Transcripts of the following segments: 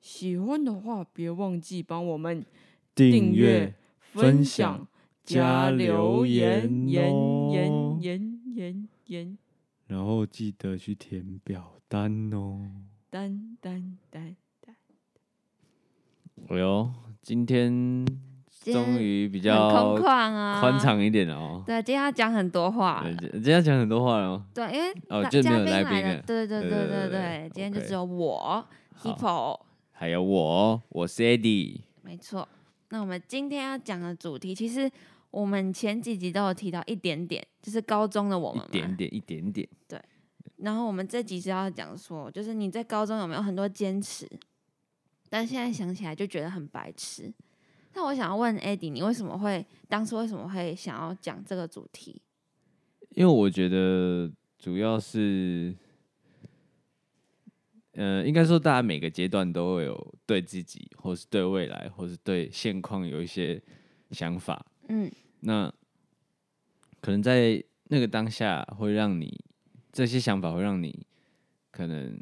喜欢的话，别忘记帮我们订阅、分分享、加加留留言、言言哦言言言言然后记得去填表单哦。单单单单，哎呦，今天今天终于比很较空旷啊，宽敞一点了哦。对，啊今天要讲很多话对，今今天要讲很多话了哦。对，因为哦那就嘉没有宾来来宾了了对对对对对对对，今天就 OK 只有我好 Hippo，还有我，我是 Eddie，没错。那我们今天要讲的主题，其实我们前几集都有提到一点点，就是高中的我一们嘛。点点，一点点。然后我们这集是要讲说，就是你在高中有没有很多坚持？但现在想起来就觉得很白痴。那我想要问 Eddie，你为什么会当初为什么会想要讲这个主题？因为我觉得主要是，呃，应该说大家每个阶段都会有对自己，或是对未来，或是对现况有一些想法。嗯那可能在那个当下，会让你这些想法会让你可能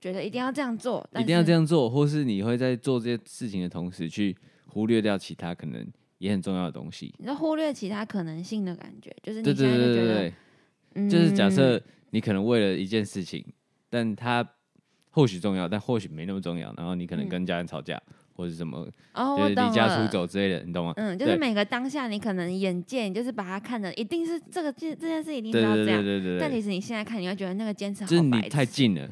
觉得一定要这样做，但一定要是这样做，或是你会在做这些事情的同时去忽略掉其他可能也很重要的东西。你就忽略其他可能性的感觉，就是对你现对在对就觉对得，对。嗯就是假设你可能为了一件事情，但它或许重要，但或许没那么重要，然后你可能嗯跟家人吵架，或者什么，哦，就我是懂离家出了走之类的，你懂吗？嗯，就是对每个当下，你可能眼界，你就是把它看的一定是这个这这件事一定是对要对这对样，对对但对，其实你现在看，你会觉得那个坚持好就是你白太痴，近了，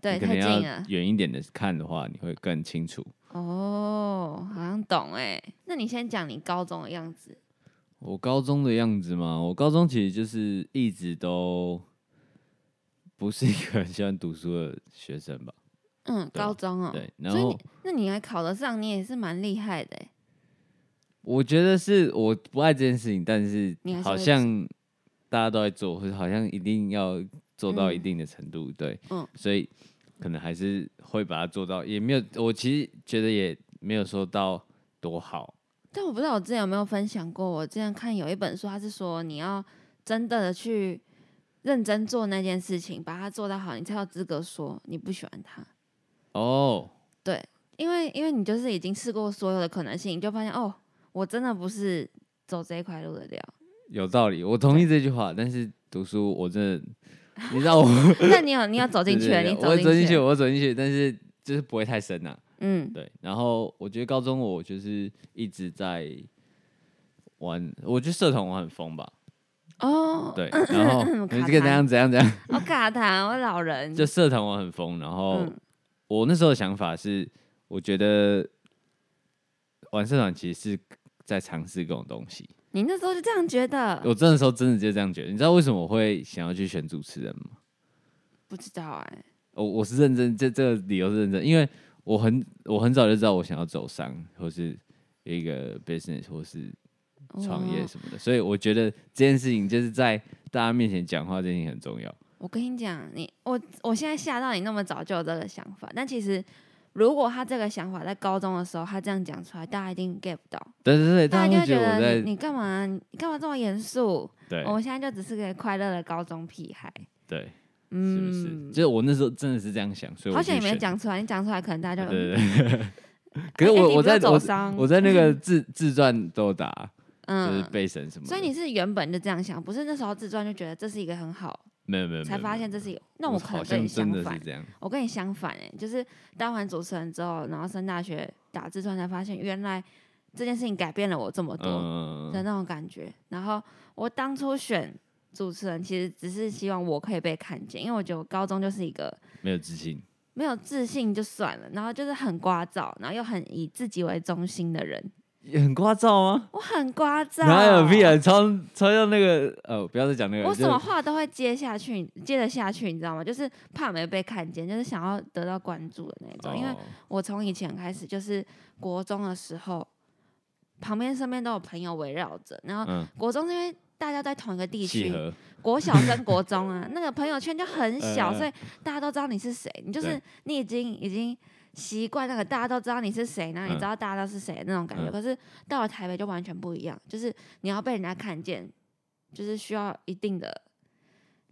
对，你可太能近要了。远一点的看的话，你会更清楚。哦，好像懂哎。那你先讲你高中的样子。我高中的样子嘛，我高中其实就是一直都不是一个 很喜欢读书的学生吧，嗯，对高中哦。对，然所以后你。那你还考得上，你也是蛮厉害的欸。我觉得是我不爱这件事情，但是你还是好会做像大家都在做，或者好像一定要做到一嗯定的程度，对，嗯所以可能还是会把它做到，也没有，我其实觉得也没有说到多好，但我不知道我之前有没有分享过，我之前看有一本书，它是说你要真的的去认真做那件事情，把它做到好，你才有资格说你不喜欢它。哦，因为因为你就是已经试过所有的可能性，你就发现哦，我真的不是走这一块路的 料。有道理，我同意这句话，但是读书我真的，你知道我那你有你有走进对去对了，对你我进进去，我走进去，但是就是不会太深呐、嗯，对，然后我觉得高中我就是一直在玩，我觉得社团玩很疯吧，哦， 对，然后你卡嗯这个怎痰样怎样怎样，我卡痰，我老人就社团玩很疯。然后嗯我那时候的想法是，我觉得玩社团其实是在尝试各种东西。你那时候就这样觉得？我真的时候真的就这样觉得。你知道为什么我会想要去选主持人吗？不知道哎、我我是认真，这这个理由是认真，因为我很我很早就知道我想要走商，或是有一个 business，或是创业哦什么的，所以我觉得这件事情就是在大家面前讲话，这件事情很重要。我跟你讲，你我我现在吓到你那么早就有这个想法，但其实如果他这个想法在高中的时候，他这样讲出来，大家一定 get 不到，对对对，大大家家哎会就觉会得我觉在得你你干嘛你干嘛这么严肃？对我们现在就只是个快乐的高中屁孩，对，是不嗯，是？就是我那时候真的是这样想，所以我好险去你没选。讲出来，你讲出来可能大家对就对嗯对。 可是哎哎我你我不要在走我伤，我在那个自自传都有打，就是嗯，背神什么的。所以你是原本就这样想，不是那时候自传就觉得这是一个很好，没有没有没有才发现没有这是有。那我我可好能跟像你相真的反是，这样。我跟你相反哎、就是当完主持人之后，然后升大学打字传才发现，原来这件事情改变了我这么多嗯，的那种感觉。然后我当初选主持人，其实只是希望我可以被看见，因为我觉得我高中就是一个没有自信。没有自信就算了，然后就是很聒噪，然后又很以自己为中心的人。也很聒噪啊吗？我很聒噪，哪有屁啊！超超像那个呃，不要再讲那个。我就什么话都会接下去，接得下去，你知道吗？就是怕没被看见，就是想要得到关注的那种。因为哦我从以前开始，就是国中的时候，旁边身边都有朋友围绕着，然后嗯，国中是因为大家在同一个哦地契区，合国小跟国中啊，那个朋友圈就很小，嗯嗯所以大家都知道你是谁，你就是对你已经已经习惯那个大家都知道你是谁，然后你知道大家都是谁那种感觉。嗯可是到了台北就完全不一样，就是你要被人家看见，就是需要一定的，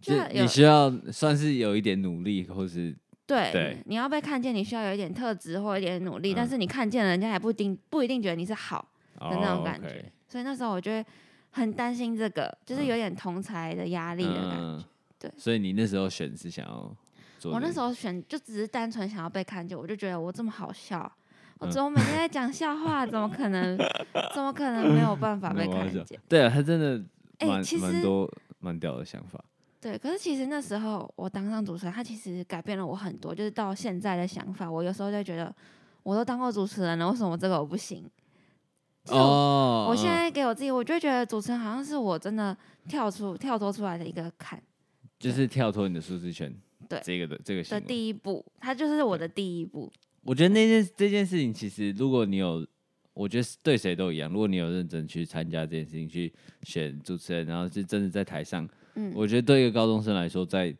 就就是有你需要算是有一点努力，或是对，对你要被看见，你需要有一点特质或一点努力，但嗯是你看见了，人家还不一定不一定觉得你是好哦的那种感觉。所以那时候我就会很担心这个，就是嗯有点同才的压力的感觉。嗯对所以你那时候选是想要做我这那个时候选就只是单纯想要被看见，我就觉得我这么好笑，我嗯只有每天在讲笑话，怎么 可能，怎么可能没有办法没被有办看法见？对啊，他真的哎蛮其蛮实多蛮屌的想法，对，可是其实那时候我当上主持人，他其实改变了我很多，就是到现在的想法，我有时候就觉得，我都当过主持人了，为什么这个我不行？就是我哦我现嗯在给我自己，我就觉得主持人好像是我真的跳出跳脱出来的一个坎就是跳脱你的舒适圈，对这个的这个行的为第一步，它就是我的第一步。我觉得那件这件事情，其实如果你有，我觉得是对谁都一样。如果你有认真去参加这件事情，去选主持人，然后是真的在台上，嗯，我觉得对一个高中生来说，在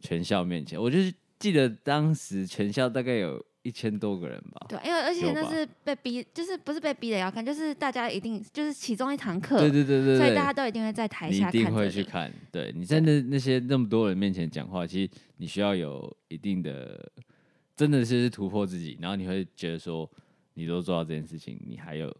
全校面前，我就是记得当时全校大概有一千多个人吧。对，因为而且有那吧是被逼，就是不是被逼的要看，就是大家一定就是其中一堂课，对对对对所以对，大家都一定会在台你一下定看着会去你。看。对，你在那那些那么多人面前讲话，其实你需要有一定的，真的是突破自己，然后你会觉得说，你都做到这件事情，你还有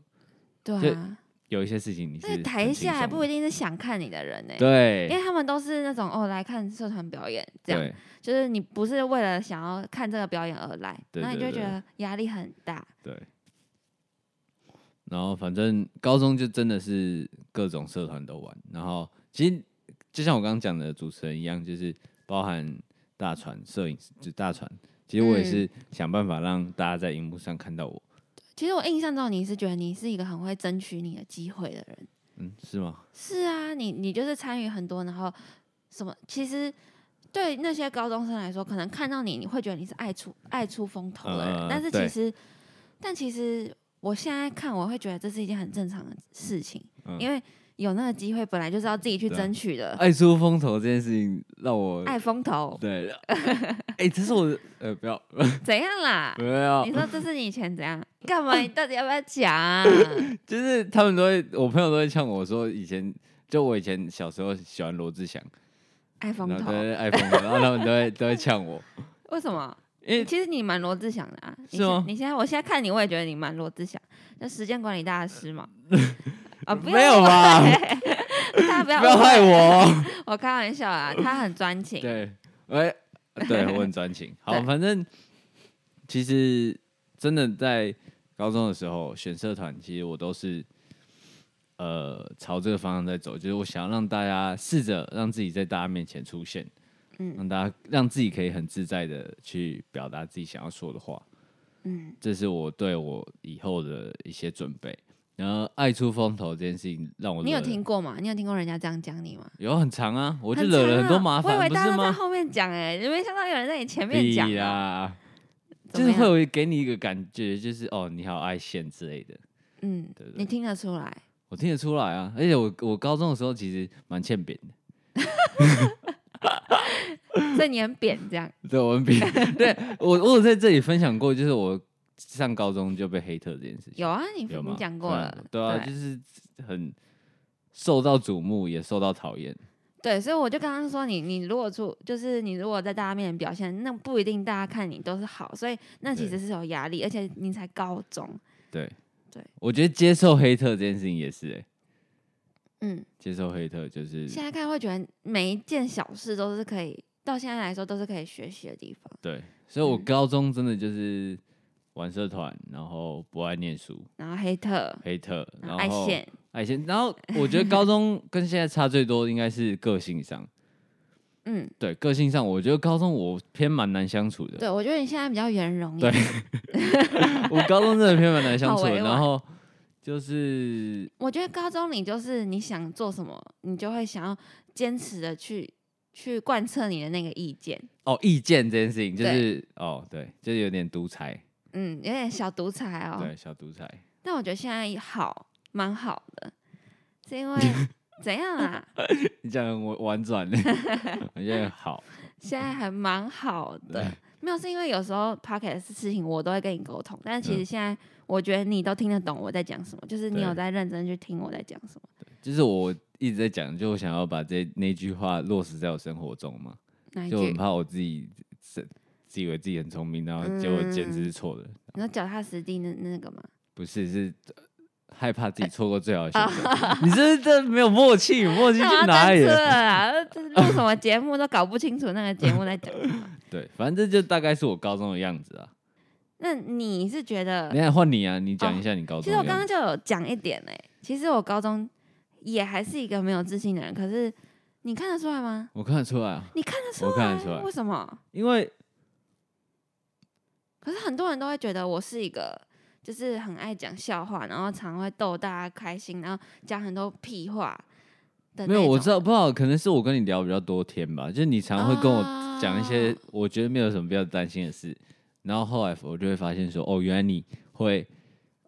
对就啊，有一些事情你是那很台轻下还松不的一定是想看你的人呢、因对，为他们都是那种哦来看社团表演这样，对，就是你不是为了想要看这个表演而来，对然后你就会对觉对得压力很大。对。然后反正高中就真的是各种社团都玩，然后其实就像我刚刚讲的主持人一样，就是包含大船、摄影师，就大船。其实我也嗯是想办法让大家在荧幕上看到我，其实我印象中你是觉得你是一个很会争取你的机会的人。嗯，是吗？是啊，你你就是参与很多，然后什么？其实对那些高中生来说，可能看到你，你会觉得你是爱出爱出风头的嗯人，嗯嗯但是对其实，但其实我现在看，我会觉得这是一件很正常的事情，嗯因为有那个机会，本来就是要自己去对啊争取的。爱出风头这件事情让我爱风头对， 哎、这是我的呃，不要怎样啦不？要你，说这是你以前 怎样？干嘛？你到底要不要讲啊？就是他们都会，我朋友都会呛我说，以前就我以前小时候喜欢罗志祥，爱风然后头都？会爱疯了，然后他们都会都会呛我，为什么？因为其实 你蛮罗志祥的啊，你是现吗你现在我现在看你，我也觉得你蛮罗志祥，那时间管理大 师嘛。啊，不没有吧，吧， 大家不要不要误会害，我， 我开玩笑啊，他很专情。对，哎， 对我很专情。好，对反正其实真的在高中的时候选社团，其实我都是呃朝这个方向在走，就是我想要让大家试着让自己在大家面前出现，嗯让大家让自己可以很自在的去表达自己想要说的话。嗯，这是我对我以后的一些准备。然后爱出风头这件事情让我你有惹了听过吗？你有听过人家这样讲你吗？有很长啊，我就很惹长了很多啊麻我以烦，为不大是家都在吗？后面讲，哎，你没想到有人在你前面屁讲啊。啦，怎就么是样会有给你一个感觉，就是哦，你好爱现之类的，嗯对，对你听得出来？我听得出来啊。而且我我高中的时候其实蛮欠扁的， 所以你很扁这样。对，我很扁。对我我有在这里分享过，就是我上高中就被黑特这件事情。有啊，你有你吗？讲过对啊了。对啊，就是很受到瞩目，也受到讨厌。对，所以我就刚刚说你，你如果出，就是你如果在大家面前表现，那不一定大家看你都是好，所以那其对实是有压力，而且你才高中，对对，我觉得接受黑特这件事情也是、欸，嗯，接受黑特就是现在看会觉得每一件小事都是可以，到现在来说都是可以学习的地方，对，所以我嗯高中真的就是玩社团，然后不爱念书，然后黑特，黑特，然后然爱后现，爱现，然后我觉得高 中跟现在差最多应该是个性上，嗯，对，个性上，我觉得高中我偏蛮难相处的，对我觉得你现在比较圆融一对点， 我高中真的偏蛮难相好处的，委然婉后就是我觉得高中你就是你想做什么，你就会想要坚持的去去贯彻你的那个意见，哦意见这件事情，就对是哦对，就是有点独裁，嗯，有点小独裁哦，对，小独裁。但我觉得现在好，蛮好的，是因为 怎样啊？你讲得我婉转 呢， 我觉得好，现在还蛮好的对，没有是因为有时候 p o c k e t 的事情我都会跟你沟通，但其实嗯现在我觉得你都听得懂我在讲什么，就是你有对在认真去听我在讲什么。就是我一直在讲，就我想要把这那句话落实在我生活中嘛，哪一就我很句？怕我自己自自以为自己很聪明，然后结果简嗯直是错的，你说脚踏实地那那个吗？不是是呃害怕哎自己错过最好的选 择。你这这没有默契，默契去干嘛哪登里车了？了啊？这录什 么节目都搞不清楚那个节目在讲什么。对，反正这就大概是我高中的样子啊。那你是觉得你？看换你啊，你讲一下你高哦其中实我的刚样刚子。就有讲一点嘞、其实我高中也还是一个没有自信的人，可是你看得出来吗？我看得出来啊，你看得出来？我看得出来为什么？因为可是很多人都会觉得我是一个就是很爱讲笑话，然后常会逗大家开心，然后讲很多屁话的没有我知这道，不知道可能是我跟你聊比较多天吧，就是你常会跟我讲一些啊我觉得没有什么必要担心的事，然后后来我就会发现说，哦，原来你会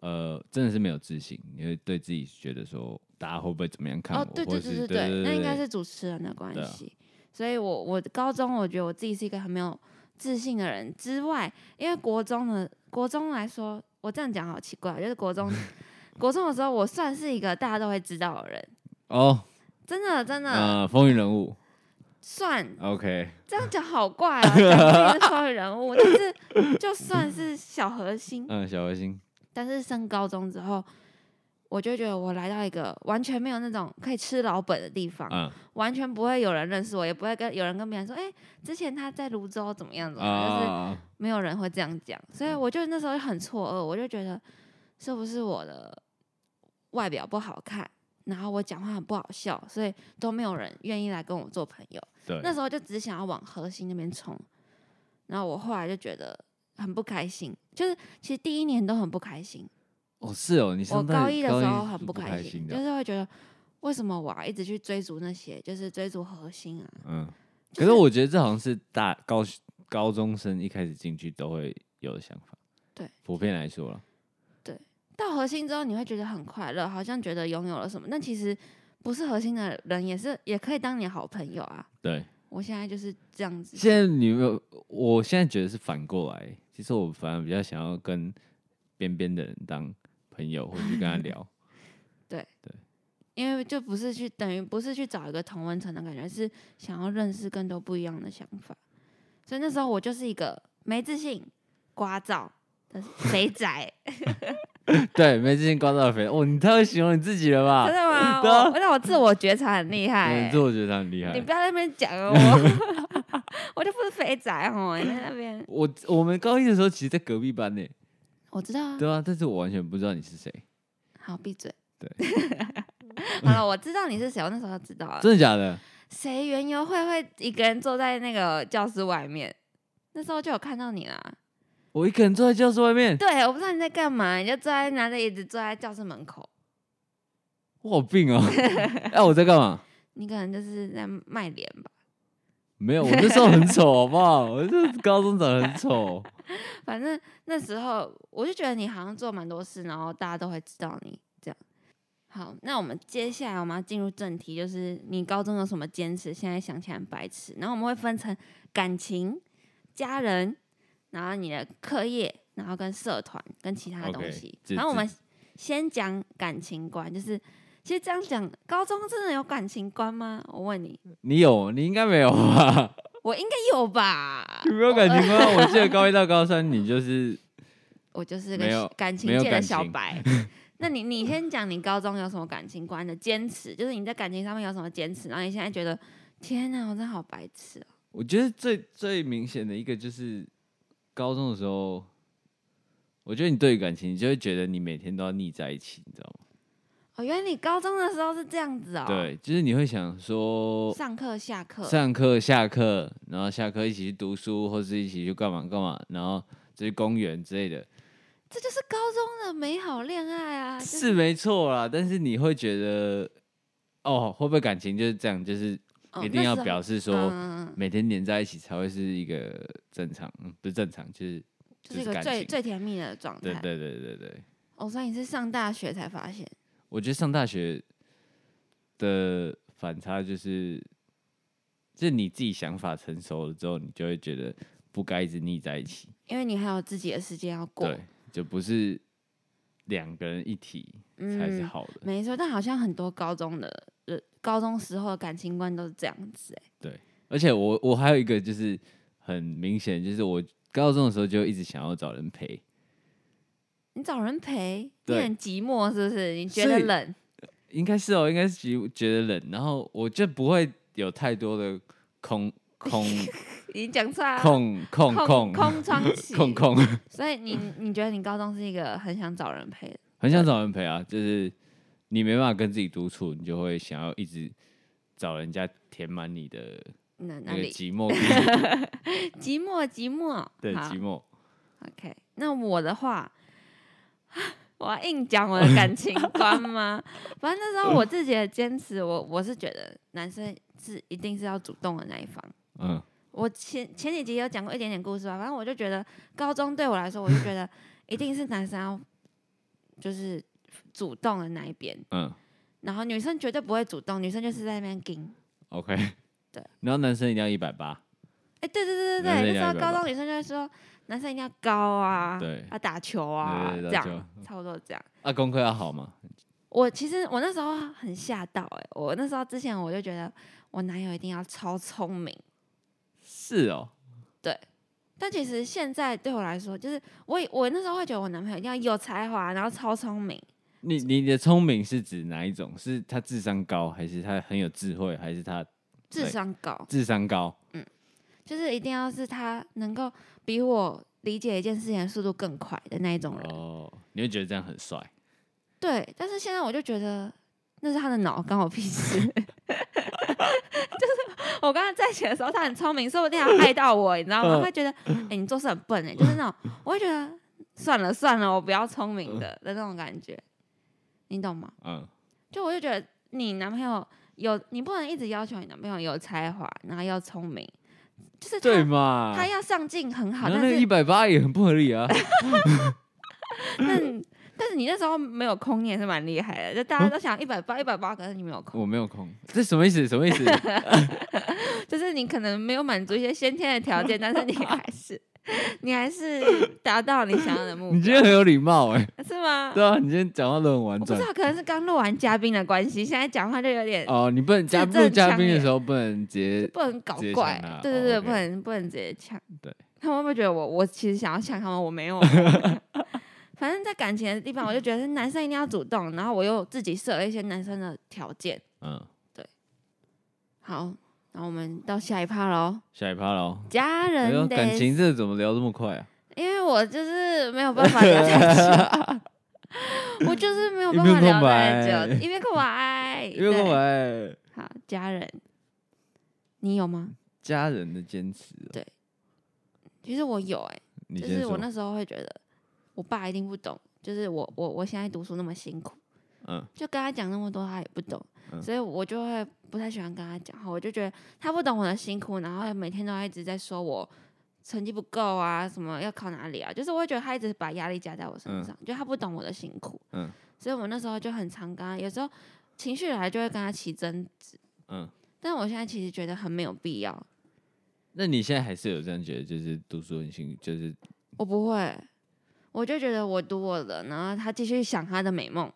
呃真的是没有自信，你会对自己觉得说大家会不会怎么样看我，哦，对或对者是对对对，那应该对是主持人的关对啊系。所以我我高中我觉得我自己是一个很没有自信的人之外，因为国中的国中来说，我这样讲好奇怪，就是国中 国中的时候，我算是一个大家都会知道的人，哦，真的真的、呃，风云人物算，OK，这样讲好怪啊，讲自己是风云人物，但是就算是小核心，嗯，小核心，但是升高中之后，我就觉得我来到一个完全没有那种可以吃老本的地方，嗯，完全不会有人认识我，也不会跟有人跟别人说，哎、之前他在泸州怎么样怎么样，就是啊，没有人会这样讲，所以我就那时候就很错愕，我就觉得是不是我的外表不好看，然后我讲话很不好笑，所以都没有人愿意来跟我做朋友。对，那时候就只想要往核心那边冲，然后我后来就觉得很不开心，就是其实第一年都很不开心。哦，是哦，你我上大高学一的时候是很不开心就的，是会觉得为什么我要一直去追逐那些，就是追逐核心啊？嗯，就可是我觉得这好像是大高高中生一开始进去都会有的想法，对，普遍来说了，到核心之后，你会觉得很快乐，好像觉得拥有了什么，但其实不是核心的人也是也可以当你的好朋友啊。对。我现在就是这样子，现在你有没有，我现在觉得是反过来，其实我反而比较想要跟边边的人当朋友，或者去跟他 聊，因为就不是去等于不是去找一个同温层的感觉，是想要认识更多不一样的想法。所以那时候我就是一个没自信、聒噪的肥宅， 对，没自信刮到肥，哦，你太会形容你自己了吧？真的吗？对啊我让我自我觉察很厉害、对，欸这，我觉得他很厉害你。不要在那边讲 哦，我我就不是肥宅哦，你在那边我我们高一的时候，其实在隔壁班呢，我知道啊，对啊，但是我完全不知道你是谁，好闭嘴。对， 好了，我知道你是谁，我那时候就知道了。真的假的？谁园游会会一个人坐在那个教室外面？那时候就有看到你啦。我一个人坐在教室外 面，对，我不知道你在干嘛，你就坐在拿着椅子坐在教室门口，我有病 哦！哎，我在干嘛？你可能就是在卖脸吧。没有，我那时候很丑，好不好？我这高中长得很丑，反正那时候我就觉得你好像做蛮多事，然后大家都会知道你这样。好，那我们接下来我们要进入正题，就是你高中有什么坚持？现在想起来很白痴。然后我们会分成感情、家人，然后你的课业，然后跟社团跟其他的东 OK，西。这然后我这们先讲感情观，就是其实这样讲，高中真的有感情观吗？我问你，你有？你应该没有 吧？我应该有吧？你没有感情观？我记得高一到高三，你就是我就是没有个感情没有界的感小情白。 那你你先讲你高中有什么感情观的坚持，就是你在感情上面有什么坚持，然后你现在觉得天哪，我真的好白痴哦、我觉得最最明显的一个就是高中的时候，我觉得你对于感情，你就会觉得你每天都要腻在一起，你知道吗？哦，原来你高中的时候是这样子哦、，对，就是你会想说，上课下课，上课、下课，然后下课一起去读书，或是一起去干嘛干嘛，然后去公园之类的，这就是高中的美好恋爱啊！就是没错啦。但是你会觉得，哦，会不会感情就是这样？就是哦一定那要时候表示说，嗯，嗯嗯每天黏在一起才会是一个正常，嗯，不是正常，就是就是就一是个感最情最甜蜜的状对态。对对对对。哦，所以你是上大学才发现，我觉得上大学的反差就是，就是你自己想法成熟了之后，你就会觉得不该一直腻在一起，因为你还有自己的时间要过。对，就不是两个人一体才是嗯好的。嗯没错，但好像很多高中的呃高中时候的感情观都是这样子、欸，而且我我还有一个就是很明显，就是我高中的时候就一直想要找人陪，你找人陪，你对很寂寞是不是？你觉所得以冷？应该是哦，应该是觉觉得冷，然后我就不会有太多的空 空你讲出来啊，空空空空空窗期，空空，所以你你觉得你高中是一个很想找人陪的，很想找人陪啊，就是你没办法跟自己独处，你就会想要一直找人家填满你的那那那个里 寂寞感寂寞寂寞，对好寂寞。 OK，那我的话， 我要硬讲我的感情观吗？ 反正那时候我自己的坚持，我我是觉得男生是一定是要主动的那一方。嗯，我前前几集有讲过一点点故事吧，反正我就觉得高中对我来说，我就觉得一定是男生要就是主动的那一边，嗯然后女生绝对不会主动，女生就是在那边盯。 ，OK。 对。然后男生一定要一百八，哎、对对对男生对一定要对，那时一候百高八中女生就会说男生一定要高啊，对要打球啊，对对对这打样差不多这样。啊，功课要好嘛。我其实我那时候很吓到哎、我那时候之前我就觉得我男友一定要超聪明，是哦，但其实现在对我来说，就是我以我那时候会觉得我男朋友一定要有才华，然后超聪明，你你的聪明是指哪一种？是他智商高，还是他很有智慧，还是他智对商高，智商高？就是一定要是他能够比我理解一件事情的速度更快的那一种人。哦，你会觉得这样很帅。对，但是现在我就觉得那是他的脑，关我屁事。 就是我跟他在一起的时候，他很聪明，说不定还害到我，你知道吗？嗯他会觉得，哎、你做事很笨哎、就是那种，我会觉得算了算了，我不要聪明的的那种感觉，你懂吗？嗯，就我就觉得你男朋友有，你不能一直要求你男朋友有才华，然后要聪明，就是他对嘛？他要上进很好，然后但啊那个一是百八也很不合理啊。 但但是你那时候没有空，你也是蛮厉害的，就大家都想一百八一百八，可是你没有嗯空。我没有空，这什么意思？什么意思？就是你可能没有满足一些先天的条 件，但是你还是你还是达到你想要的目你标，今天很有礼貌 哎、是吗？对啊，你今天讲话都很婉我不转知。道，可能是刚录完嘉宾的关系，现在讲话就有点哦，你不能加字正入嘉腔宾的圆时候不能直接不能搞直接怪呛他，对对哦对， ，OK 不能不能直接呛。对，他们会不会觉得我我其实想要呛他们，我没有。啊 反正，在感情的地方，我就觉得男生一定要主动，然后我又自己设了一些男生的条件。嗯，好，那我们到下一趴喽，下一趴喽。家哎呦，人的感情这怎么聊这么快啊？因为我就是没有办法聊太久， 我就是没有办法聊太久，一边 空白，因为对我哎，好家人，你有吗？家人的坚持哦、其实我有哎、你就先是我说。那时候会觉得，我爸一定不懂，就是我我我现在读书那么辛苦，嗯，就跟他讲那么多，他也不懂，嗯所以我就会不太喜欢跟他讲话。我就觉得他不懂我的辛苦，然后每天都一直在说我成绩不够啊，什么要考哪里啊，就是我会觉得他一直把压力加在我身嗯上，就他不懂我的辛苦。嗯，所以我那时候就很常跟他，有时候情绪来就会跟他起争，嗯，但我现在其实觉得很没有必要，那你现在还是有这样觉得，就是读书很辛苦，就是我不会。我就觉得我读我的，然后他继续想他的美梦。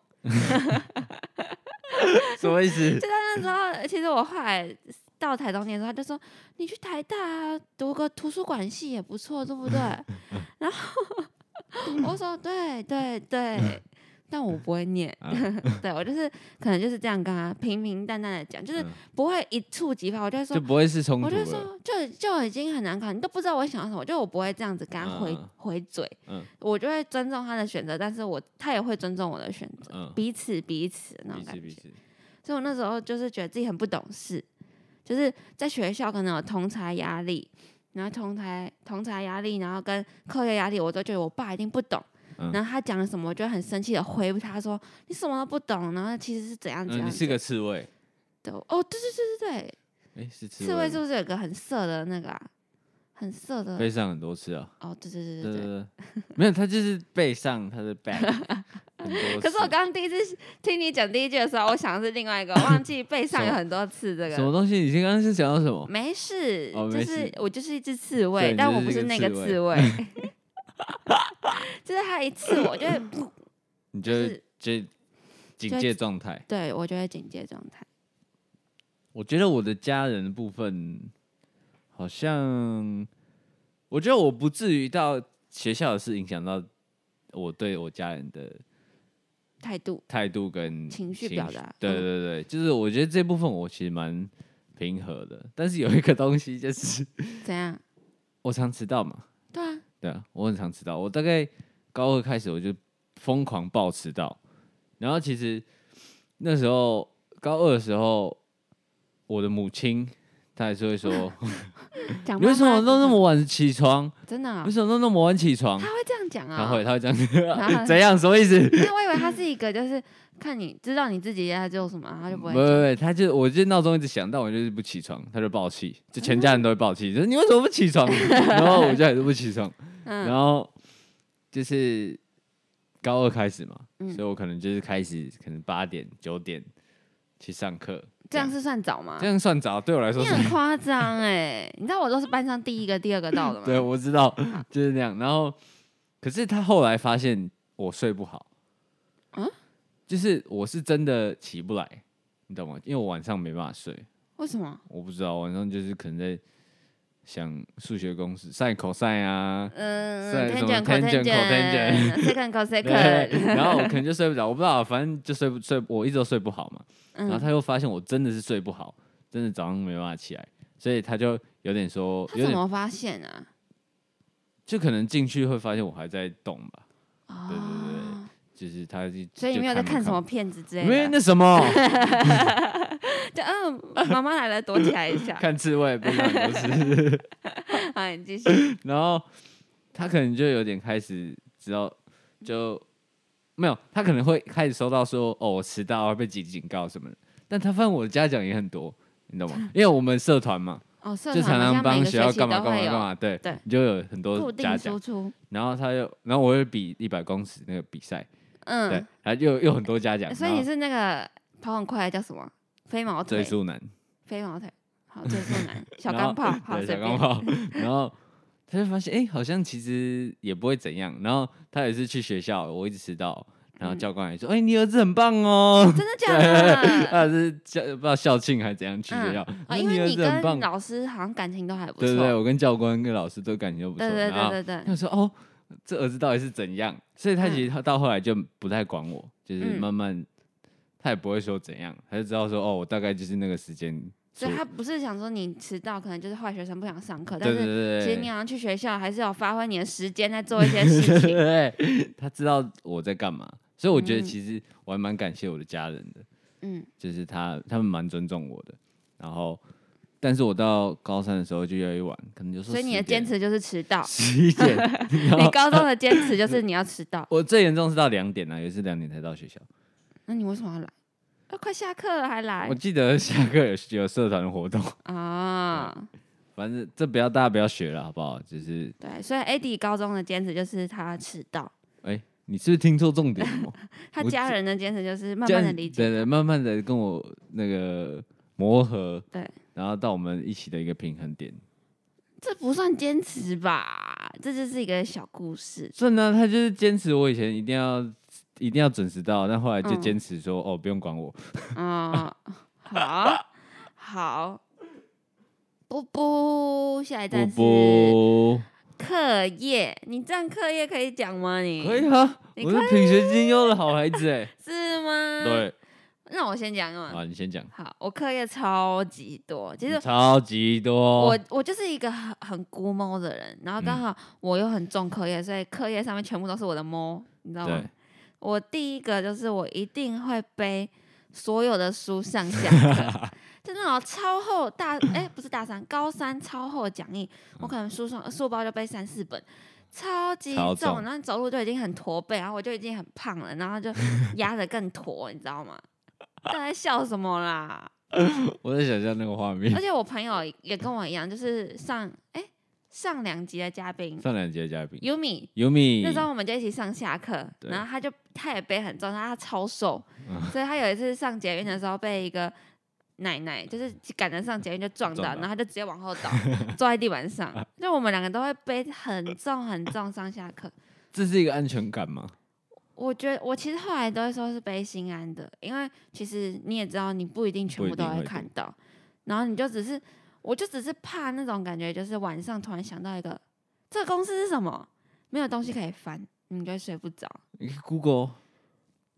什 么意思？啊那时候，其实我后来到台东念的时候，他就说：“你去台大、啊、读个图书馆系也不错，对不对？”然后我说：“对对嗯对，但我不会念。啊 对我就是可能就是这样跟他平平淡淡的讲，就是嗯不会一触即发。我就 会就说，不会是冲突我就了。说，就就已经很难考，你都不知道我想要什么，就我不会这样子跟他回、嗯嗯回嘴，嗯我就会尊重他的选择，但是我他也会尊重我的选择，嗯，彼此彼此那种彼感此觉。彼此，所以我那时候就是觉得自己很不懂事，就是在学校可能有同才压力，然后同才同才压力，然后跟课业压力，我都觉得我爸一定不懂。嗯然后他讲了什么，我就很生气的回他说：“你什么都不懂。”然后其实是怎样怎嗯，样你怎是样个刺猬，的。哦，对对对对哎、是对，刺刺猬猬是吗不是有个很色的那个、啊？很色的背上很多次啊。哦，对对对对对对对。对，没有，他就是背上，他的 back 很多可是我刺刚刚第一次听你讲第一句的时候，我想的是另外 一个，忘记背上有很多刺这个什么东西？你刚刚是讲到什么？没事，哦就没是事我就是一只刺猬，对但你我就不是是一个那个刺刺猬， 就是他一刺我 就会噗，你就就是就警戒状态，对我就会警戒状态。我觉得我的家人的部分好像，我觉得我不至于到学校的事影响到我对我家人的态度态度跟情绪表达嗯对对对，就是我觉得这部分我其实蛮平和的，但是有一个东西就是怎样？我常迟到嘛，对啊，对啊，我很常迟到。我大概高二开始我就疯狂暴迟到，然后其实那时候高二的时候，我的母亲她还是会说讲：“你为什妈妈么都那么晚起床？真的啊、为什么都那么晚起床他会这样讲？”啊、她会，她会这样然后子， 怎样？什么意思？那我以为他是一个，就是看你知道你自己在做什么，他就不会不不讲。不，她就我就闹钟一直响，但我就是不起床，她就暴气，就全家人都会暴气，就是你为什么不起床？然后我就还是不起床，然嗯，后就是高二开始嘛，嗯所以我可能就是开始可能八点九点去上课，这样是算早吗这？样算早，对我来说嗯你是。很夸张哎！你知道我都是班上第一个、第二个到的 吗？对，我知道就是那样。然后，可是他后来发现我睡不好，啊就是我是真的起不来，你懂吗？因为我晚上没办法睡，为什么？我不知道晚上就是可能在想数学公式、sin、cos 啊，嗯算什么，tangent tangent cotangent cotangent，second 对 cosecond，然后我可能就睡不着，我不知道，反正就睡不睡，我一直都睡不好嘛。然后嗯，他又发现我真的是睡不好，真的早上没办法起来，所以他就有点说，他有怎点么发现啊？就可能进去会发现我还在动吧，哦，对对对就是他就所以你没有在看什？么就片子之我没类的那什么 就嗯，妈妈来了，躲起来一下。 看刺猬被当都是，好，你继续。 然后他可能就有点开始知道就没有，他可能会开始收到说哦我迟到啊被警警告什么的，但他发现我的家长也很多，你懂吗？因为我们社团嘛，哦，社就团常好常像每帮个学学校期干嘛都干嘛会干有嘛，对对，你就有很多固家定长输。出。然后他又，然后我又比一百公尺那个比赛，对，嗯，然后又又很多嘉奖，所以然后你是那个跑很快的叫什么？飞毛追腿，速男，飞毛腿，好，追速男，小然后钢 炮，好，对随小钢便。炮，然后他就发现，哎、好像其实也不会怎样。然后他也是去学校，我一直迟到，然后嗯教官也说，哎、你儿子很棒哦， 真的对，假的？ 他是校不知道校庆还是怎样去学校，说啊，因你为儿你子很跟棒，老师好像感情都还不错。对对对，我跟教官跟老师都感情都不错，对对然后对对对他说哦，这儿子到底是怎样？所以他其实他到后来就不太管我，就是嗯慢慢他也不会说怎样，他就知道说哦，我大概就是那个时间出。所以他不是想说你迟到，可能就是坏学生不想上课，但对对是对其对实你好像去学校还是有发挥你的时间在做一些事对情。对 对，他知道我在干嘛，所以我觉得嗯其实我还蛮感谢我的家人的，嗯，就是他他们蛮尊重我的，然后。但是我到高三的时候就越来越晚，可能就说所以你的10点。坚持就是迟到十一点，然 你后高中的坚 持就是你要迟到，我最严重是到两点啊，有一次两点才到学校。那你为什么要来？啊，快下课了还来我记得下课有有社团的活动，啊？反正这不要大家不要学了，好不好？就是对，所以 AD 高中的坚持就是他迟到，哎、你是不是听错重点 了？他我家只人的坚持就是慢这慢样的理对解。对，慢慢的跟我那个磨合，对，然后到我们一起的一个平衡点。这不算坚持吧？这就是一个小故事。所以呢，他就是坚持我以前一定要一定要准时到，但后来就嗯坚持说、哦，不用管我。啊、好，好，波波，下一不站是不，课业，你这样课业可以讲吗你？可以啊，你我是品学兼优的好孩子哎、是吗？，对，那我先讲嘛。啊，你先讲，好，我课业超级多，嗯其实超级多，我我就是一个很很孤猫的人，然后嗯刚好我又很重课业，所以课业上面全部都是我的猫，你知道吗对？，我第一个就是我一定会背所有的书上下 课，就那种超厚大哎、不是大三，高三超厚的讲义，我可能书上书包就背三四本，超级超重，重然后走路就已经很驼背，然后我就已经很胖了，然后就压得更驼，你知道吗？大家笑什么啦？我在想象那个画面而。且我朋友也跟我一样，就是上哎、上两集的嘉宾上两节嘉宾 Yumi， ，Yumi，那时候我们就一起上下课，对嗯然后他就他也背很重，他超瘦， 所以他有一次上捷运的时候被一个奶奶就是赶着上捷运就撞到，撞到然后他就直接往后 倒，坐在地板上。就我们两个都会背很重很重上下课。这是一个安全感吗？我觉得我其实后来都会说是背心安的，因为其实你也知道，你不一定全不一部都定会会看到，然后你就只是，我就只是怕那种感觉，就是晚上突然想到一个，这个公司是什么，没有东西可以翻，你就会睡不着。你 Google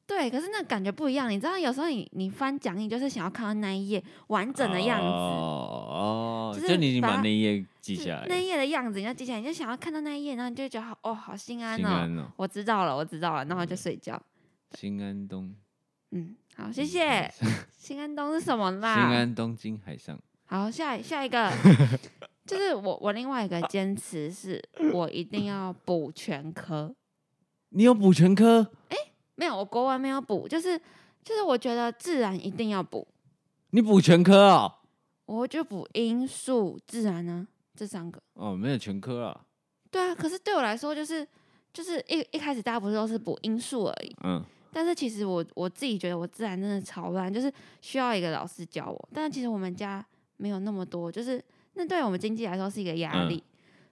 对，可是那感觉不一样，你知道，有时候你你翻讲义就是想要看到那一页完整的样子，哦哦，就是就你已经把把它那一页记就下来了，那一页的样子，你要记下来，你就想要看到那一页，然后你就觉得好哦，好心安心哦。安嗯哦，我知道了，我知道了，然后就睡觉。新安东，嗯，好，谢谢。新安东是什么新啦？安东京海上，好，下一下 一个，就是我我另外一个坚持是我一定要补全科。你有补全科，没有，我国文没有补，就是就是我觉得自然一定要补，你补全科哦，我就补英数、自然呢、这三个。哦，没有全科啊，对啊，可是对我来说就是就是一一开始大家不是都是补英数而已，嗯，但是其实我我自己觉得我自然真的超烂，就是需要一个老师教我。但是其实我们家没有那么多，就是那对我们经济来说是一个压嗯力。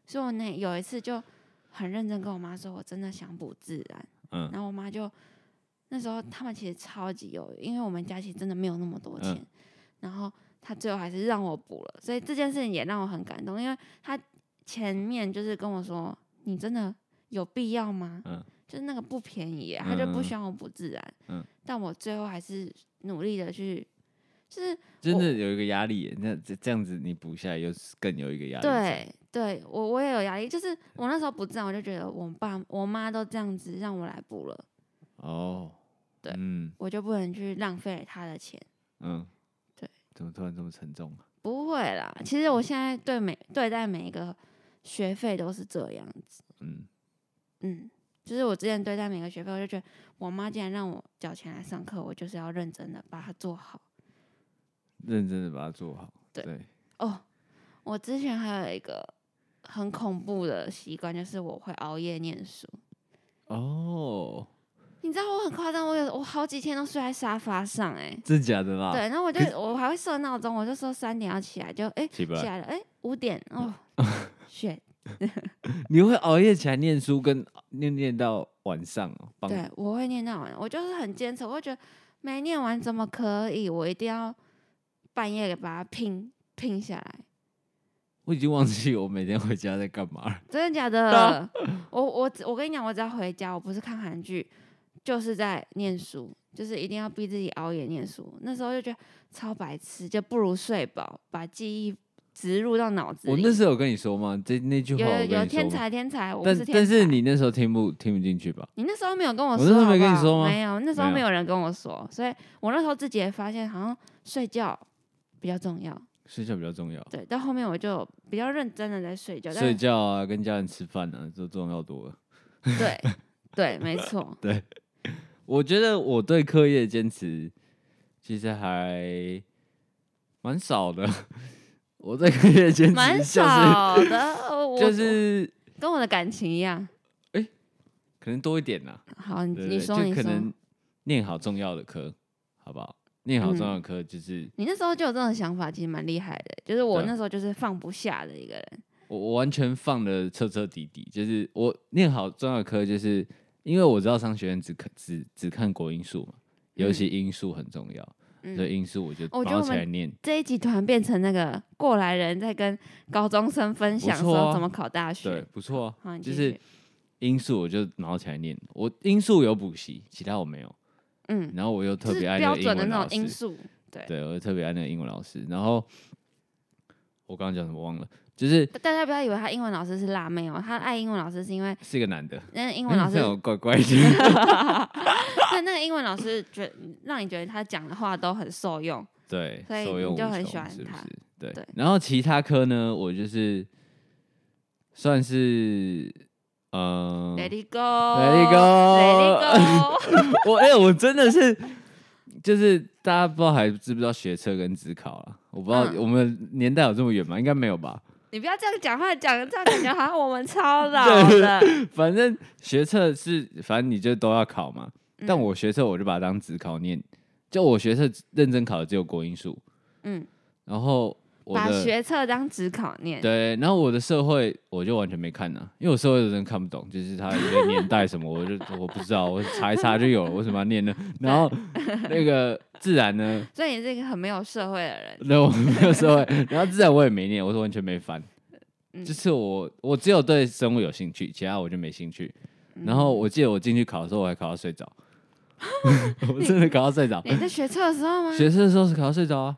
所以我那有一次就很认真跟我妈说，我真的想补自然。嗯然后我妈就那时候他们其实超级犹豫，因为我们家其实真的没有那么多嗯钱。然后她最后还是让我补了，所以这件事情也让我很感动，因为她前面就是跟我说：“你真的有必要吗？”嗯就是那个不便宜耶，她就不嗯希望我补自然。嗯但我最后还是努力的去，就是真我的有一个压力耶，那这这样子你补下来又是更有一个压力，，嗯对对，我我也有压力，就是我那时候不自然，我就觉得我爸我妈都这样子让我来补了，哦，对嗯我就不能去浪费她的钱。嗯，对，怎么突然这么沉重啊？不会啦，其实我现在对每对待每一个学费都是这样子，嗯，嗯，就是我之前对待每个学费，我就觉得我妈既然让我缴钱来上课，我就是要认真的把它做好。认真的把它做好，对对，哦，我之前还有一个很恐怖的习惯，就是我会熬夜念书。哦，你知道我很夸张，我有我好几天都睡在沙发上、欸，真假的啦？哎，对，然后我就我还会设闹钟，我就说三点要起来，就哎、起不起来，来了，哎、五点哦 s 你会熬夜起来念书，跟念念到晚上哦，帮对，我会念到完，我就是很坚持，我会觉得没念完怎么可以？我一定要半夜把它拼拼下来，我已经忘记我每天回家在干嘛 了。真的 假的？我我只我跟你讲，我只要回家，我不是看韩剧，就是在念书，就是一定要逼自己熬夜念书。那时候就觉得超白痴，就不如睡饱，把记忆植入到脑子里。我那时候有跟你说吗？这那句话有我有有跟你天说吗？才天才，我不但是天才。但是你那时候听不听不进去吧？你那时候没有跟我我说，那时候没好不跟你好说吗没有，那时候没没有有人跟我说，所以我那时候自己也发现，好像睡觉比较重要。睡觉比较重要，对，到后面我就比较认真的在睡觉。但睡觉啊，跟家人吃饭啊，都重要多了。 对对，没错。我觉得我对课业的坚持其实还蛮少的， 我对课业的坚持蛮像少的，我是就是跟我的感情一样。可能多一点啦、啊好，你对你对说就你可说，能念好重要的科，好不好？念好重嗯要的科就是、你那时候就有这种想法，其实蛮厉害的。就是我对啊那时候就是放不下的一个人。我我完全放的彻彻底底，就是我念好重要的科，就是因为我知道商学院只看只只看国英数嘛，尤其英数很重要，所嗯，以英数我就我觉得包我起来们念。这一集突然变成那个过来人在跟高中生分享错说啊怎么考大学。对，不错好啊，你就继是续英数我就拿起来念，我英数有补习，其他我没有。嗯，然后我又特就是别爱那标个英准的文那老种欸因师，素。对，对，我就特别爱那个英文老师。然后我刚刚讲什么忘了，就是大家不要以为他英文老师是辣妹哦，他爱英文老师是因为是一个男的，那个英文 老师，那嗯种怪怪的， 对那个英文老师觉让你觉得他讲的话都很受用。对，所以受你用就无很穷喜欢是不他是？对对。然后其他科呢，我就是算是呃， Let it Let it go，Let it go，我哎、我真的是，就是大家不知道还知不知道学测跟职考啊？我不知道、嗯我们年代有这么远吗？应该没有吧。你不要这样讲话，讲得这样感觉好像我们超 老的。嗯反正学测是，反正你就都要考嘛。嗯但我学测我就把它当职考念，就我学测认真考的只有国英数，嗯，然后我把的学测当职考念，对，然后我的社会我就完全没看呐、啊因为我社会真的看不懂，就是它一个年代什 么，我就我不知道，我查一查就有了，为什么要念呢？然后那个自然呢，所以你是一个很没有社会的人。那我没有社会， 然后自然我也没念，我是完全没翻，嗯就是我我只有对生物有兴趣，其他我就没兴趣。嗯然后我记得我进去考的时候，我还考到睡 着，我真的考到睡着。你在学测的时候吗？学生的时候是考到睡着啊，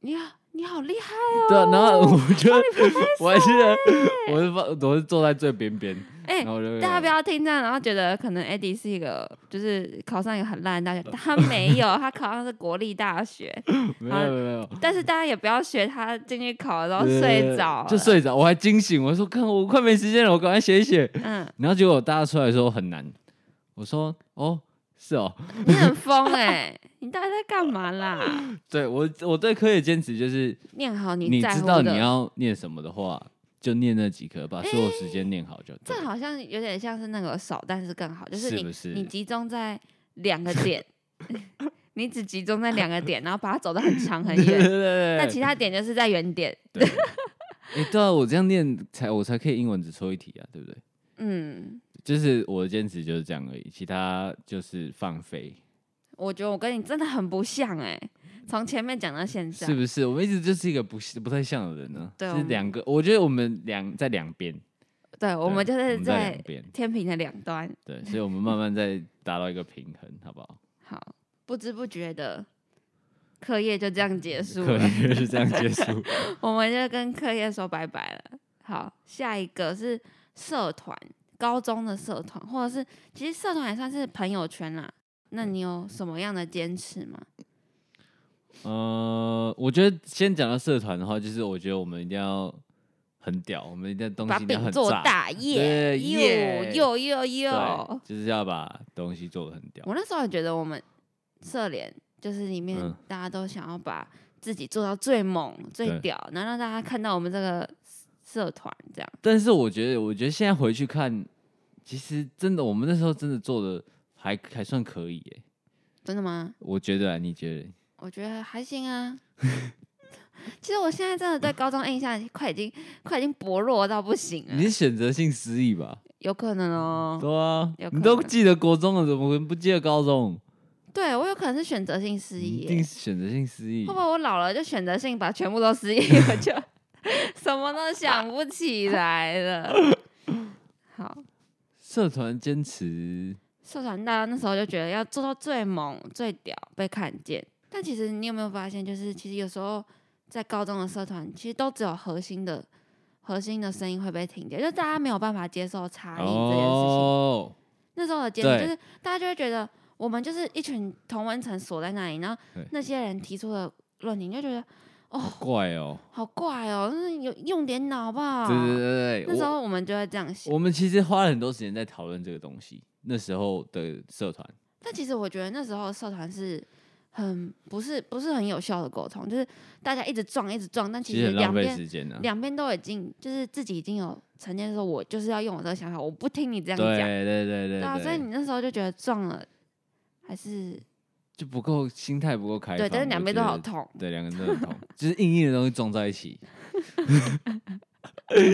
你好，你好厉害！对啊，然后我就哦我还记得我是放我是坐在最边边，哎、然后我就大家不要听这样，然后觉得可能 Eddie 是一个就是考上一个很烂的大呃学，他没有， 他考上是国立 大学，没有没有没有，但是大家也不要学他进去考的时候对对呃睡对着了，就睡着，我还惊醒，我说看我快没时间了，我赶快写一写。嗯，然后结果大家出来的时候很难，我说哦是哦，你很疯哎、 你到底在干嘛啦？对我我对科学坚持就是念好你在知乎道的。你要念什么的话，就念那几科，把所有时间念好就对这了。好像有点像是那个少，但是更好，就是是你不是 你集中在两个点，你只集中在两个点，然后把它走得很长很对对远。 对那对其对，他点就是在原点，对。哎，对啊，我这样念才我才可以英文只错一题啊，对不对？嗯，就是我的坚持就是这样而已，其他就是放飞，我觉得我跟你真的很不像哎、从前面讲到现在，是不是？我们一直就是一个不是不太像的人呢、对我是们两个，我觉得我们两在两边，对，我们就我是们在在两边，天平的两端。对，所以我们慢慢在达到一个平衡，好不好？ 好，不知不觉的课业就这样结束可了，能就是这样结 束。我们就跟课业说拜拜了。好，下一个是社团，高中的社团，或者是其实社团也算是朋友圈啦。那你有什么样的坚持吗？呃，我觉得先讲到社团的话，就是我觉得我们一定要很屌，我们一定要东把西一定要饼很做炸，大，耶对耶又又又对又！，就是要把东西做的很屌。我那时候也觉得我们社联就是里面嗯大家都想要把自己做到最猛、最对屌，然后让大家看到我们这个社团这样。但是我觉得，我觉得现在回去看，其实真的我们那时候真的做的还还算可以耶。真的吗？我觉得、啊，你觉得？我觉得还行啊。 其实我现在真的对高中印象快已经快已经薄弱到不行你了，是选择性失忆吧？有可能哦。对啊有，可你都能记得国中了，怎么会不记得高中？对我有可能是选择性失你忆一耶，定是选择性失忆会不。会我老了就选择性把全部都失忆，我就 什么都想不起来了。好，社团坚持，社团大家那时候就觉得要做到最猛、最屌，被看见。但其实你有没有发现，就是其实有时候在高中的社团，其实都只有核心的核心的声音会被听见，就大家没有办法接受差异这件事情。哦，那时候的阶段就对是大家就会觉得我们就是一群同温层锁在那里，然后对那些人提出的论点，你就觉得好怪哦。好怪哦，那有用点脑吧。对对对对，啊那时我候我们就会这样想。我们其实花了很多时间在讨论这个东西。那时候的社团，但其实我觉得那时候社团是很不是不是很有效的沟通，就是大家一直撞一直撞，但其其实实很浪两费边时间呢、啊。两边都已经就是自己已经有成见，说我就是要用我这个想法，我不听你这样对讲，对对对对啊，所以对你那时候就觉得撞了还是就不够心态不够开放。对，但是我两边觉都好得痛，对，两个人都很痛， 就是硬硬的东西撞在一起。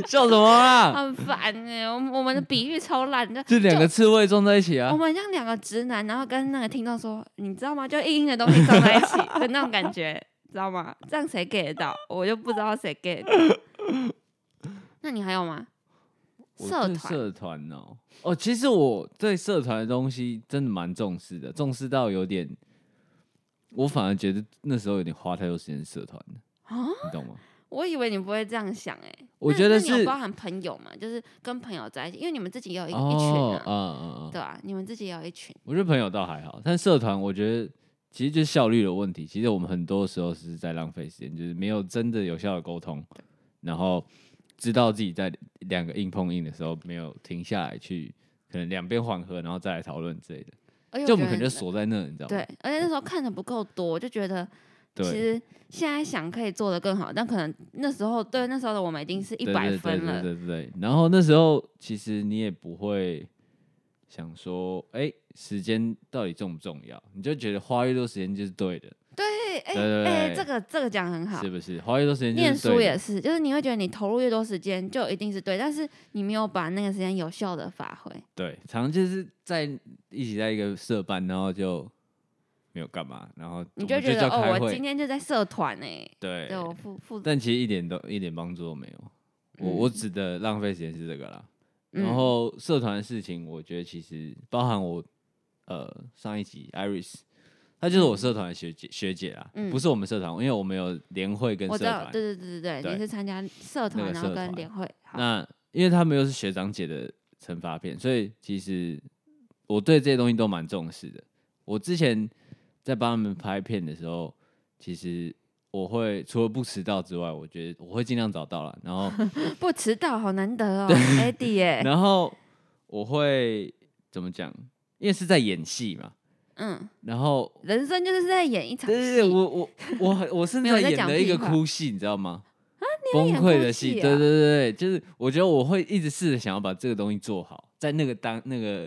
笑什么啊？很烦哎、我们我们的比喻超烂，就就两个就刺猬撞在一起啊我！们像两个直男，然后跟那个听众说，你知道吗？就硬硬的东西撞在一起的那种感觉，知道吗？这样谁 get 得到？我就不知道谁 get 得到。那你还有吗？我社对团社团哦哦，其实我对社团的东西真的蛮重视的，重视到有点，我反而觉得那时候有点花太多时间社团了，啊，你懂吗？我以为你不会这样想哎、我那觉得那你有是包含朋友嘛，就是跟朋友在一起，因为你们自己也有一、一群哦，啊，嗯嗯嗯，对啊，你们自己也有一群，我觉得朋友倒还好，但社团我觉得其实就是效率的问题。其实我们很多时候是在浪费时间，就是没有真的有效的沟通，然后知道自己在两个硬碰硬的时候没有停下来去，可能两边缓和，然后再来讨论之类的。而且就我觉们得可能就锁在那，你知道吗？对，而且那时候看的不够多，就觉得对其实现在想可以做的更好，但可能那时候对那时候的我们已经是一对百对分了，对对对对。然后那时候其实你也不会想说，哎、时间到底重不重要？你就觉得花越多时间就是对的。对对，哎、对对哎、对这个这个讲很好是。不是？花越多时间就是念对书的也是，就是你会觉得你投入越多时间，就一定是对，但是你没有把那个时间有效的发挥。对，常常就是在一起在一个社办，然后就没有干嘛，然后你我就们会就觉叫得开哦，会，我今天就在社团哎、对对我负负责，但其实一点都一点帮助都没有。我、嗯我指的浪费时间是这个啦。嗯然后社团的事情，我觉得其实包含我呃上一集 Iris，她就是我社团的学姐学姐啦，嗯不是我们社团，因为我们有联会跟我社知道团，。对对对对对你是参加社那团，个然后社跟团联会，好那因为他们又是学长姐的惩罚片，所以其实我对这些东西都蛮重视的。我之前在帮他们拍片的时候，其实我会除了不迟到之外，我觉得我会尽量早到了，然 后不迟到好难得哦，Eddie 耶、然后我会怎么讲？因为是在演戏嘛，嗯，然后人生就是在演一场但是戏，我我我很我是没有在在演讲了一屁个话哭戏，你知道吗？有崩演溃哭的戏戏，对啊对对，对就是我觉得我会一直试着想要把这个东西做好，在那个当那个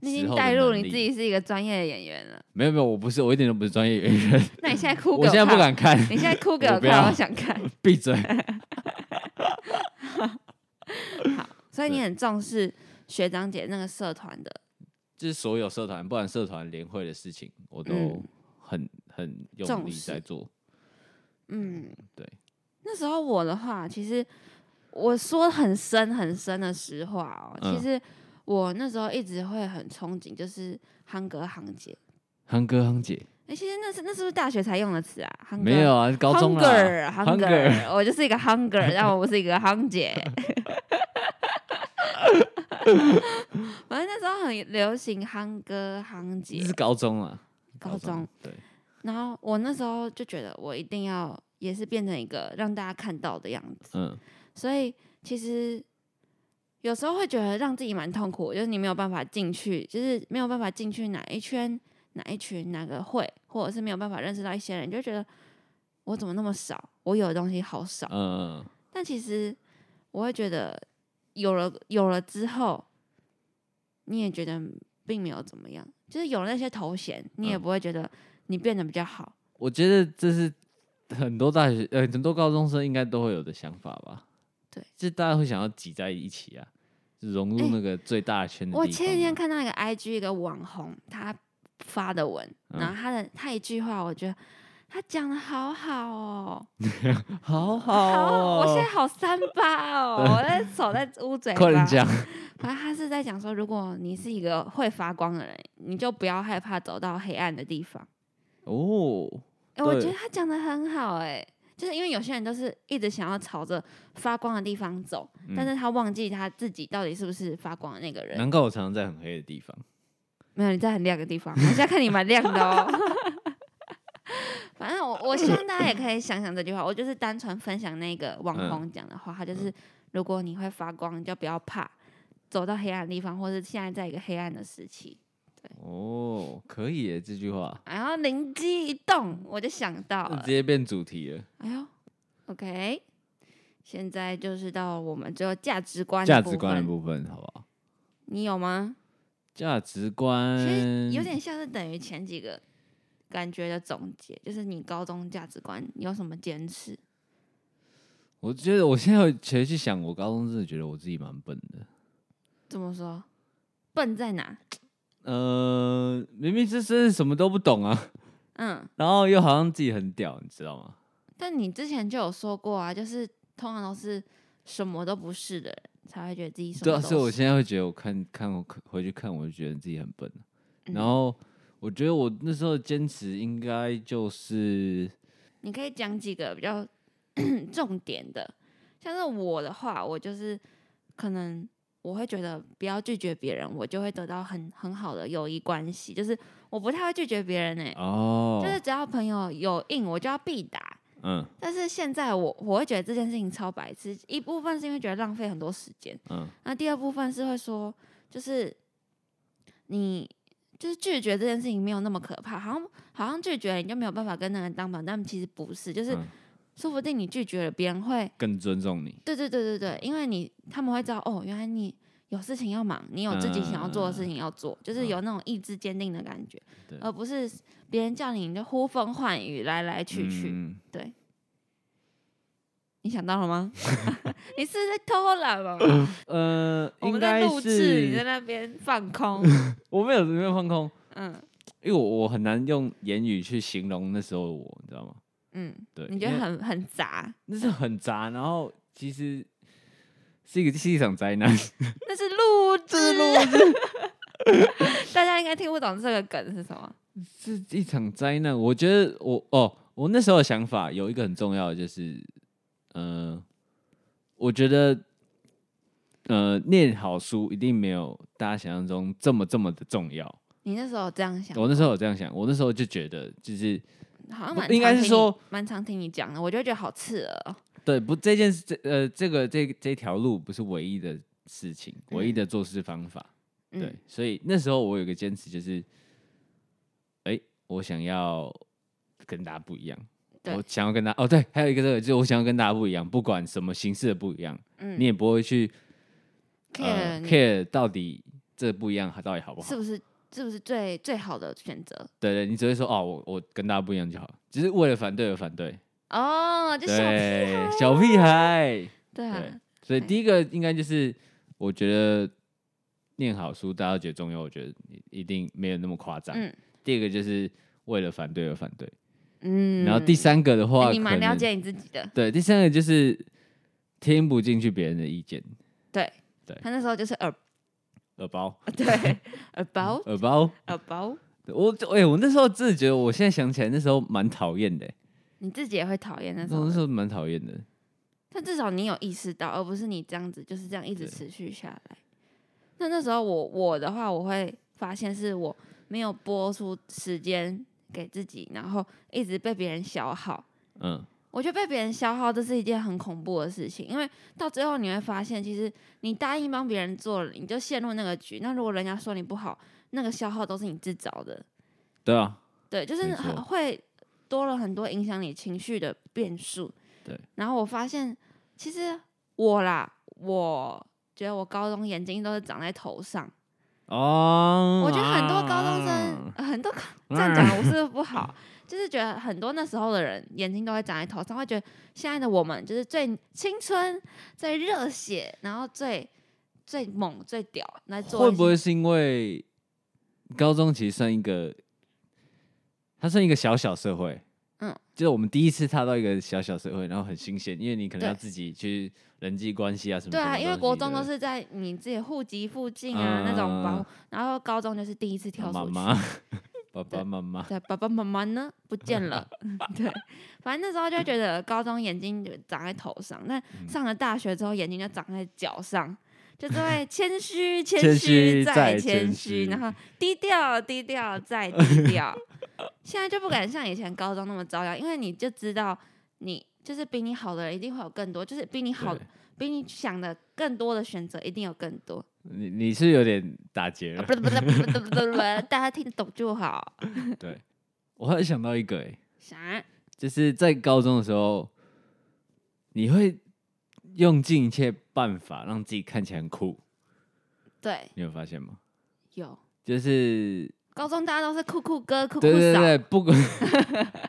你已时经候的带入能你力自己是一个专业的演员了。没有没有，我不是，我一点都不是专业演员，那你现在哭给 我现在不看敢看，你现在哭给 我我不看，要我想看。闭嘴。所以你对很重视学长姐那个社团的，就是所有社团，不管社团联会的事情，我都嗯很很用重力视在做。嗯，对。那时候我的话，其实我说很深很深的实话哦，嗯其实我那时候一直会很憧憬，就是夯哥夯姐。航哥航姐哎、其实那是那是不是大学才用的词啊？夯哥没有啊，高中啦。 ，hunger，hunger，我就是一个 hunger，但我不是一个夯姐。 反正那时候很流行夯哥夯姐这，是高中啊，高中。对，然后我那时候就觉得我一定要也是变成一个让大家看到的样子，嗯，所以其实有时候会觉得让自己蛮痛苦，就是你没有办法进去，就是没有办法进去哪一圈、哪一群、哪个会，或者是没有办法认识到一些人，你就觉得我怎么那么少，我有的东西好少。嗯，但其实我会觉得有了有了之后，你也觉得并没有怎么样，就是有了那些头衔，你也嗯不会觉得你变得比较好。我觉得这是很多大学呃很多高中生应该都会有的想法吧。对，就是大家会想要挤在一起啊，就融哎入那个最大圈的地方啊。我前几天看到一个 IG 一个网红他发的文，嗯然后他的他一句话，我觉得他讲的好好哦，好好好，哦，我现在好三八哦，我在手在捂 嘴快点。巴讲，反正他是在讲说，如果你是一个会发光的人，你就不要害怕走到黑暗的地方。哦，哎、我对觉得他讲的很好、哎，就是因为有些人都是一直想要朝着发光的地方走，嗯但是他忘记他自己到底是不是发光的那个人。难怪我常常在很黑的地方。没有，你在很亮的地方，我现在看你蛮亮 的哦。反正我我希望大家也可以想想这句话，我就是单纯分享那个网红嗯讲的话，他就是如果你会发光，你就不要怕走到黑暗的地方，或是现在在一个黑暗的时期。哦，可以耶，这句话，然后灵机一动，我就想到那了嗯直，接变主题了。哎呦，OK，现在就是到我们只有价值观价的值部观的分，部分，好不好？你有吗？价值观其实有点像是等于前几个感觉的总结，就是你高中价值观有什么坚持？我觉得我现在有其实去想，我高中真的觉得我自己蛮笨的。怎么说？笨在哪？呃，明明就是什么都不懂啊，嗯，然后又好像自己很屌，你知道吗？但你之前就有说过啊，就是通常都是什么都不是的人才会觉得自己什对啊，么所以都我是。现在会觉得，我看看我回去看，我就觉得自己很笨。啊嗯然后我觉得我那时候的坚持应该就是，你可以讲几个比较重点的，像是我的话，我就是可能我会觉得不要拒绝别人，我就会得到很很好的友谊关系，就是我不太会拒绝别人哎、哦，就是只要朋友有应，我就要必答。嗯但是现在我我会觉得这件事情超白痴，一部分是因为觉得浪费很多时间，嗯那第二部分是会说，就是你就是拒绝这件事情没有那么可怕，好像好像拒绝了你就没有办法跟那个人当朋友，但其实不是，就是嗯说不定你拒绝了别人会，更尊重你，对对对对对，因为你他们会知道哦，原来你有事情要忙，你有自己想要做的事情要做，就是嗯有那种意志坚定的感觉，对而不是别人叫你你就呼风唤雨，来来去去。嗯对，你想到了吗？ 你是在偷 懒吗？呃，我应们在该录制，你在是那边 放空。我没有没有放空，嗯因为我我很难用言语去形容那时候的我，你知道吗？嗯，对，你觉得因为很很杂，那是很杂，然后其实是一个是一场灾难，那是录制，录制。 大家应该听不懂这个梗是什么。是一场灾难。我觉得我哦，我那时候的想法有一个很重要的就是，呃，我觉得呃，念好书一定没有大家想象中这么这么的重要。你那时候有这样想，我那时候有这样想，我那时候就觉得就是好像不蛮应该常是听你说蛮常听你讲的，我就觉得好刺耳哦。对，不，这件事，这呃，这个这这条路不是唯一的事情，唯一嗯的做事方法。嗯对，所以那时候我有个坚持，就是，哎、我想要跟大家不一样。对我想要跟大哦，对，还有一个这个就是我想要跟大家不一样，不管什么形式的不一样，嗯你也呃不会去呃 care 你 care 到底这不一样到底好不好是？不是是不是最最好的选择？对对，你只会说哦，我我跟大家不一样就好，只是为了反对而反对，哦，就小对，小屁孩。对对啊，所以对第一个应该就是，我觉得念好书大家觉得重要，我觉得一定没有那么夸张。嗯第二个就是为了反对而反对，嗯。然后第三个的哎，话，你蛮可了能解你自己的。对，第三个就是听不进去别人的意见，对，对他那时候就是耳耳包，呃对嗯耳包耳包。啊耳包，我哎、我那时候真的觉得，我现在想起来那时候蛮讨厌的、你自己也会讨厌那那时种候那时人。候蛮讨厌的。但至少你有意识到，而不是你这样子就是这样一直对持续下来。那那时候我我的话，我会发现是我没有播出时间给自己，然后一直被别人消耗。嗯，我觉得被别人消耗，这是一件很恐怖的事情，因为到最后你会发现，其实你答应帮别人做了，你就陷入那个局。那如果人家说你不好，那个消耗都是你自找的。对啊，对，就是没很错会多了很多影响你情绪的变数。对，然后我发现，其实我啦，我觉得我高中眼睛都是长在头上。哦，我觉得很多高中生啊，呃很多高这样讲我是不嗯 是不好？就是觉得很多那时候的人眼睛都会长在头上，会觉得现在的我们就是最青春、最热血，然后最最猛、最屌来做一些。会不会是因为高中其实算一个，它算一个小小社会，嗯，就是我们第一次踏到一个小小社会，然后很新鲜，因为你可能对要自己去人际关系啊什么什对么东啊，西的。嗯因为国中都是在你自己户籍附近啊、那种保护，然后高中就是第一次跳妈出去。妈、爸对爸妈 妈，对，爸爸妈妈呢不 见了，对，反正那时候就觉得高中眼睛就长在头上，但嗯上了大学之后眼睛就长在脚上，就是 会谦虚、谦谦虚虚再再谦谦虚，虚 然后低调、低调再低调。 现在就不敢像以前高中那么招摇，因为你就知道你就是比你好的人一定会有更多，就是比你好对、比你想的更多的选择一定有更多。你你是有点打结啊，了。不不不不不不，大家听得懂就好。 对，我还想到一个、欸，啥？就是在高中的时候，你会用尽一切办法让自己看起来很酷，对，你有发现吗？有。就是高中大家都是酷酷哥、酷酷对对嫂，对，不 管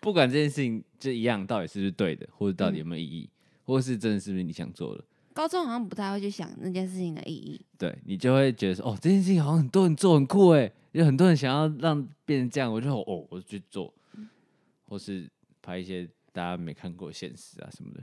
不管这件事情就一样，到底是不是对的，或者嗯到底有没有意义，或是真的是不是你想做的，高中好像不太会去想那件事情的意义。对你就会觉得说，哦，这件事情好像很多人做很酷哎，有很多人想要让变成这样，我就哦，我就去做，或是拍一些大家没看过的现实啊什么的。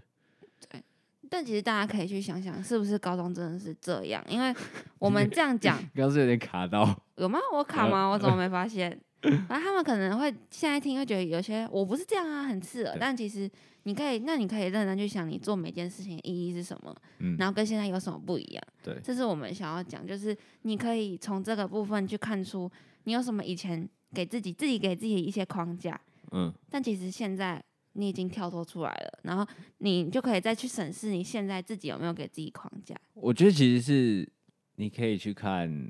但其实大家可以去想想，是不是高中真的是这样？因为我们这样讲刚刚是有点卡到，有吗？我 卡吗？我怎么没发现？反正他们可能会现在听会觉得有些我不是这样啊，很刺耳。对但其实你可以，那你可以认真去想，你做每件事情的意义是什么，嗯，然后跟现在有什么不一样。对这是我们想要讲，就是你可以从这个部分去看出你有什么以前给自己自己给自己的一些框架，嗯，但其实现在你已经跳脱出来了，然后你就可以再去审视你现在自己有没有给自己框架。我觉得其实是你可以去看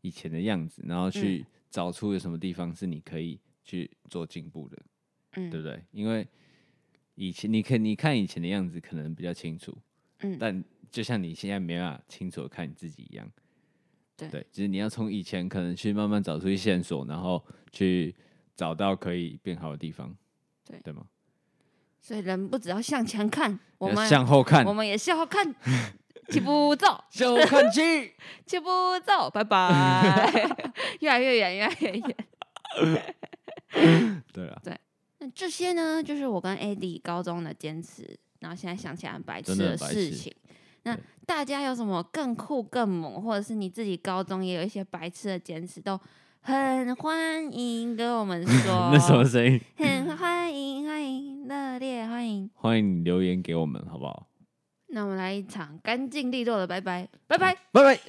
以前的样子，嗯然后去找出有什么地方是你可以去做进步的。嗯，对不对？因为以前你看你看以前的样子可能比较清楚，嗯但就像你现在没办法清楚的看你自己一样。对对，就是你要从以前可能去慢慢找出一些线索，然后去找到可以变好的地方。对对吗？所以人不只要向前看，我们向后看我，们也向后看，起步走，向后看去。 起步走，拜拜， 越来越远，越来越远。对啊，那这些呢，就是我跟 AD 高中的坚持，然后现在想起来很白痴真的很白痴事情。那对大家有什么更酷、更猛，或者是你自己高中也有一些白痴的坚持，都很欢迎跟 我们说。那什么声音？很欢迎，欢迎，热烈欢迎。欢迎你留言给我们，好不好？那我们来一场干净利落的拜拜，拜拜。拜 拜。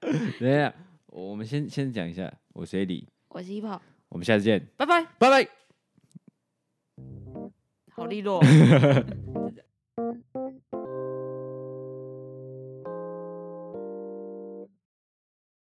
等一下，我们先先讲一下，我是 AD，我是一炮，我们下次见，拜拜。拜拜。好利落。